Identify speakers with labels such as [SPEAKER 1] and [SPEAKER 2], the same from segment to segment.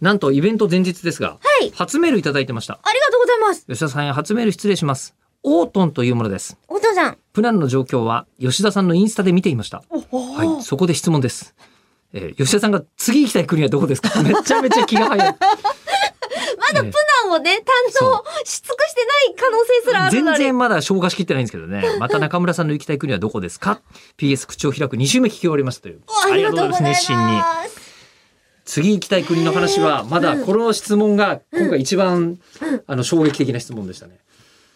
[SPEAKER 1] なんとイベント前日ですが、
[SPEAKER 2] はい。
[SPEAKER 1] 初メールいただいてました。
[SPEAKER 2] ありがとうございます。
[SPEAKER 1] 吉田さんへ初メール失礼します。オートンというものです。
[SPEAKER 2] お父さん。
[SPEAKER 1] プランの状況は吉田さんのインスタで見ていました。
[SPEAKER 2] おお
[SPEAKER 1] はい、そこで質問です。えー吉田さんが次行きたい国はどこです かめちゃめちゃ気が早い。
[SPEAKER 2] まだプランをね、担
[SPEAKER 1] そ
[SPEAKER 2] 当し尽くしてない可能性すらある
[SPEAKER 1] 全
[SPEAKER 2] のに。
[SPEAKER 1] 然まだ消化しきってないんですけどね。また中村さんの行きたい国はどこですか ?PS 口を開く2週目聞き終わりましたという
[SPEAKER 2] お。ありがとうございます。
[SPEAKER 1] 熱心に。次行きたい国の話は、まだこの質問が今回一番、あの衝撃的な質問でしたね。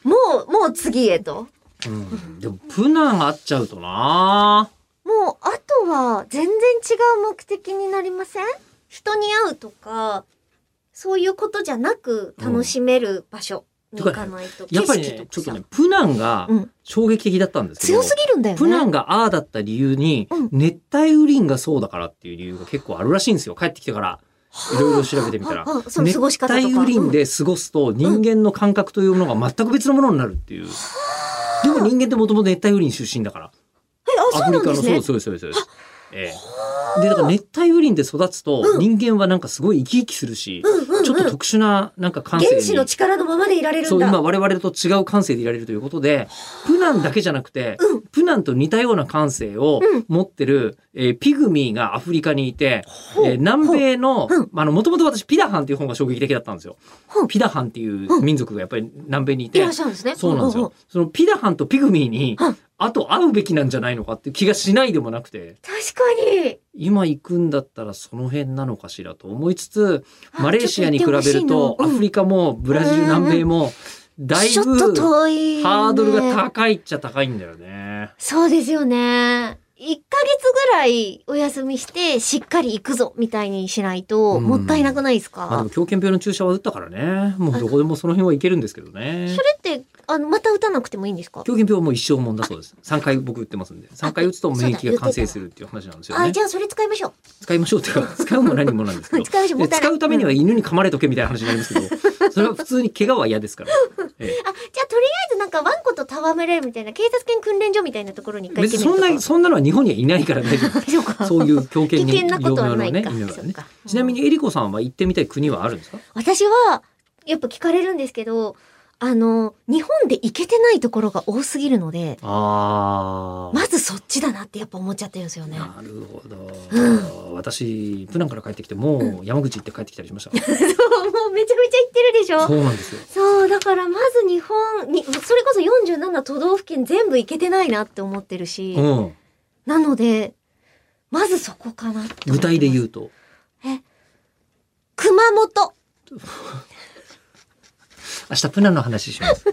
[SPEAKER 2] もう、もう次へと。
[SPEAKER 1] うん、でもプナンあっちゃうとな
[SPEAKER 2] もう、あとは、全然違う目的になりません人に会うとか、そういうことじゃなく、楽しめる場所に行かないと。
[SPEAKER 1] やっぱり
[SPEAKER 2] 景色
[SPEAKER 1] ね、ちょっと
[SPEAKER 2] かさ
[SPEAKER 1] ね、プナンが
[SPEAKER 2] うん
[SPEAKER 1] 衝撃的だったんですけど、
[SPEAKER 2] 強すぎるんだよね。
[SPEAKER 1] プナンがああだった理由に、
[SPEAKER 2] うん
[SPEAKER 1] 熱帯雨林がそうだからっていう理由が結構あるらしいんですよ。帰ってきてから、いろいろ調べてみたら
[SPEAKER 2] はあはあ。その
[SPEAKER 1] 熱
[SPEAKER 2] 過ごし方とか
[SPEAKER 1] 帯雨林で過ごすと人間の感覚というものが全く別のものになるっていう。でも人間ってもともと熱帯雨林出身だから。
[SPEAKER 2] え、あ、そうなんです
[SPEAKER 1] そうで
[SPEAKER 2] ね
[SPEAKER 1] す。そうですそうですそうです。ええでだから熱帯雨林で育つと
[SPEAKER 2] うん
[SPEAKER 1] 人間はなんかすごい生き生きするし、
[SPEAKER 2] うんうんうん
[SPEAKER 1] ちょっと特殊ななんか感性
[SPEAKER 2] 原
[SPEAKER 1] に
[SPEAKER 2] 子の力のままでいられる
[SPEAKER 1] そ
[SPEAKER 2] ん
[SPEAKER 1] う
[SPEAKER 2] だ。
[SPEAKER 1] 今我々と違う感性でいられるということでプナンだけじゃなくて、
[SPEAKER 2] うん
[SPEAKER 1] プナンと似たような感性を
[SPEAKER 2] うん
[SPEAKER 1] 持ってる、えーピグミーがアフリカにいて、
[SPEAKER 2] ほう
[SPEAKER 1] えー南米の
[SPEAKER 2] ほううん
[SPEAKER 1] あのもともと私ピダハンっていう本が衝撃的だったんですよ
[SPEAKER 2] ほう。
[SPEAKER 1] ピダハンっていう民族がやっぱり南米にい
[SPEAKER 2] い
[SPEAKER 1] て
[SPEAKER 2] らっしゃるんですね。
[SPEAKER 1] そうなんです
[SPEAKER 2] ほ
[SPEAKER 1] よ
[SPEAKER 2] ほ。
[SPEAKER 1] そのピダハンとピグミーに
[SPEAKER 2] うん
[SPEAKER 1] あと会うべきなんじゃないのかっていう気がしないでもなくて。
[SPEAKER 2] 確かに。
[SPEAKER 1] 今行くんだったらその辺なのかしらと思いつつマレーシアに比べ
[SPEAKER 2] ちょっ
[SPEAKER 1] る
[SPEAKER 2] 行
[SPEAKER 1] と
[SPEAKER 2] って
[SPEAKER 1] ア
[SPEAKER 2] ほしいなうん
[SPEAKER 1] フリカもブラジル
[SPEAKER 2] うん
[SPEAKER 1] 南米もだい
[SPEAKER 2] ちょっと
[SPEAKER 1] ぶ
[SPEAKER 2] 遠い、ね。
[SPEAKER 1] ハードルが高いっちゃ高いんだよね。
[SPEAKER 2] そうですよね。1ヶ月ぐらいお休みして、しっかり行くぞ、みたいにしないと、
[SPEAKER 1] うん
[SPEAKER 2] もったいなくないですか、
[SPEAKER 1] まあでも狂犬病の注射は打ったからねもうどこでもその辺は行けるんですけどね
[SPEAKER 2] そ。れって、あの、また打たなくてもいいんですか、
[SPEAKER 1] 狂犬病はもう一生もんだそうです。3回僕打ってますんで。3回打つと免疫が完成するっていう話なんですよ
[SPEAKER 2] あ、
[SPEAKER 1] ね
[SPEAKER 2] じ。ゃあそれ使いましょう。
[SPEAKER 1] 使いましょうっていうか、使うも何もなんですけ ど。
[SPEAKER 2] 使いましょう。も
[SPEAKER 1] で
[SPEAKER 2] ったいな
[SPEAKER 1] 使
[SPEAKER 2] い。
[SPEAKER 1] うためには
[SPEAKER 2] ん
[SPEAKER 1] 犬に噛まれとけみたいな話になりますけ ど、それは普通に怪我は嫌ですから。
[SPEAKER 2] あ、じゃあとりあえずなんかワンコと戯れるみたいな、警察犬訓練所みたいなところに一回行っ
[SPEAKER 1] 別
[SPEAKER 2] て
[SPEAKER 1] に
[SPEAKER 2] み
[SPEAKER 1] そ
[SPEAKER 2] る
[SPEAKER 1] ん
[SPEAKER 2] とか。
[SPEAKER 1] な、そんなのは日本にはいないから大 丈
[SPEAKER 2] そうか
[SPEAKER 1] 夫。そういう狂犬に
[SPEAKER 2] 危険なことはないか
[SPEAKER 1] 病名のね犬が
[SPEAKER 2] そ
[SPEAKER 1] ね
[SPEAKER 2] うかうん
[SPEAKER 1] ちなみにえりこさんは行ってみたい国はあるんですか
[SPEAKER 2] 私は、やっぱ聞かれるんですけど、あの、日本で行けてないところが多すぎるので、
[SPEAKER 1] あ
[SPEAKER 2] まずそっちだなってやっぱ思っちゃってるんですよ ね。
[SPEAKER 1] なるほど。私、プナンから帰ってきて、もう山口行って帰ってきたりしました。
[SPEAKER 2] そうもうめちゃめちゃ行ってるでし
[SPEAKER 1] そ
[SPEAKER 2] ょ
[SPEAKER 1] うなんですよ。
[SPEAKER 2] そう、だからまず日本に、それこそ47都道府県全部行けてないなって思ってるし、
[SPEAKER 1] うん。
[SPEAKER 2] なので、まずそこかなって
[SPEAKER 1] 具体で言
[SPEAKER 2] う。
[SPEAKER 1] うと。
[SPEAKER 2] 熊本。
[SPEAKER 1] 明日プナンの話します。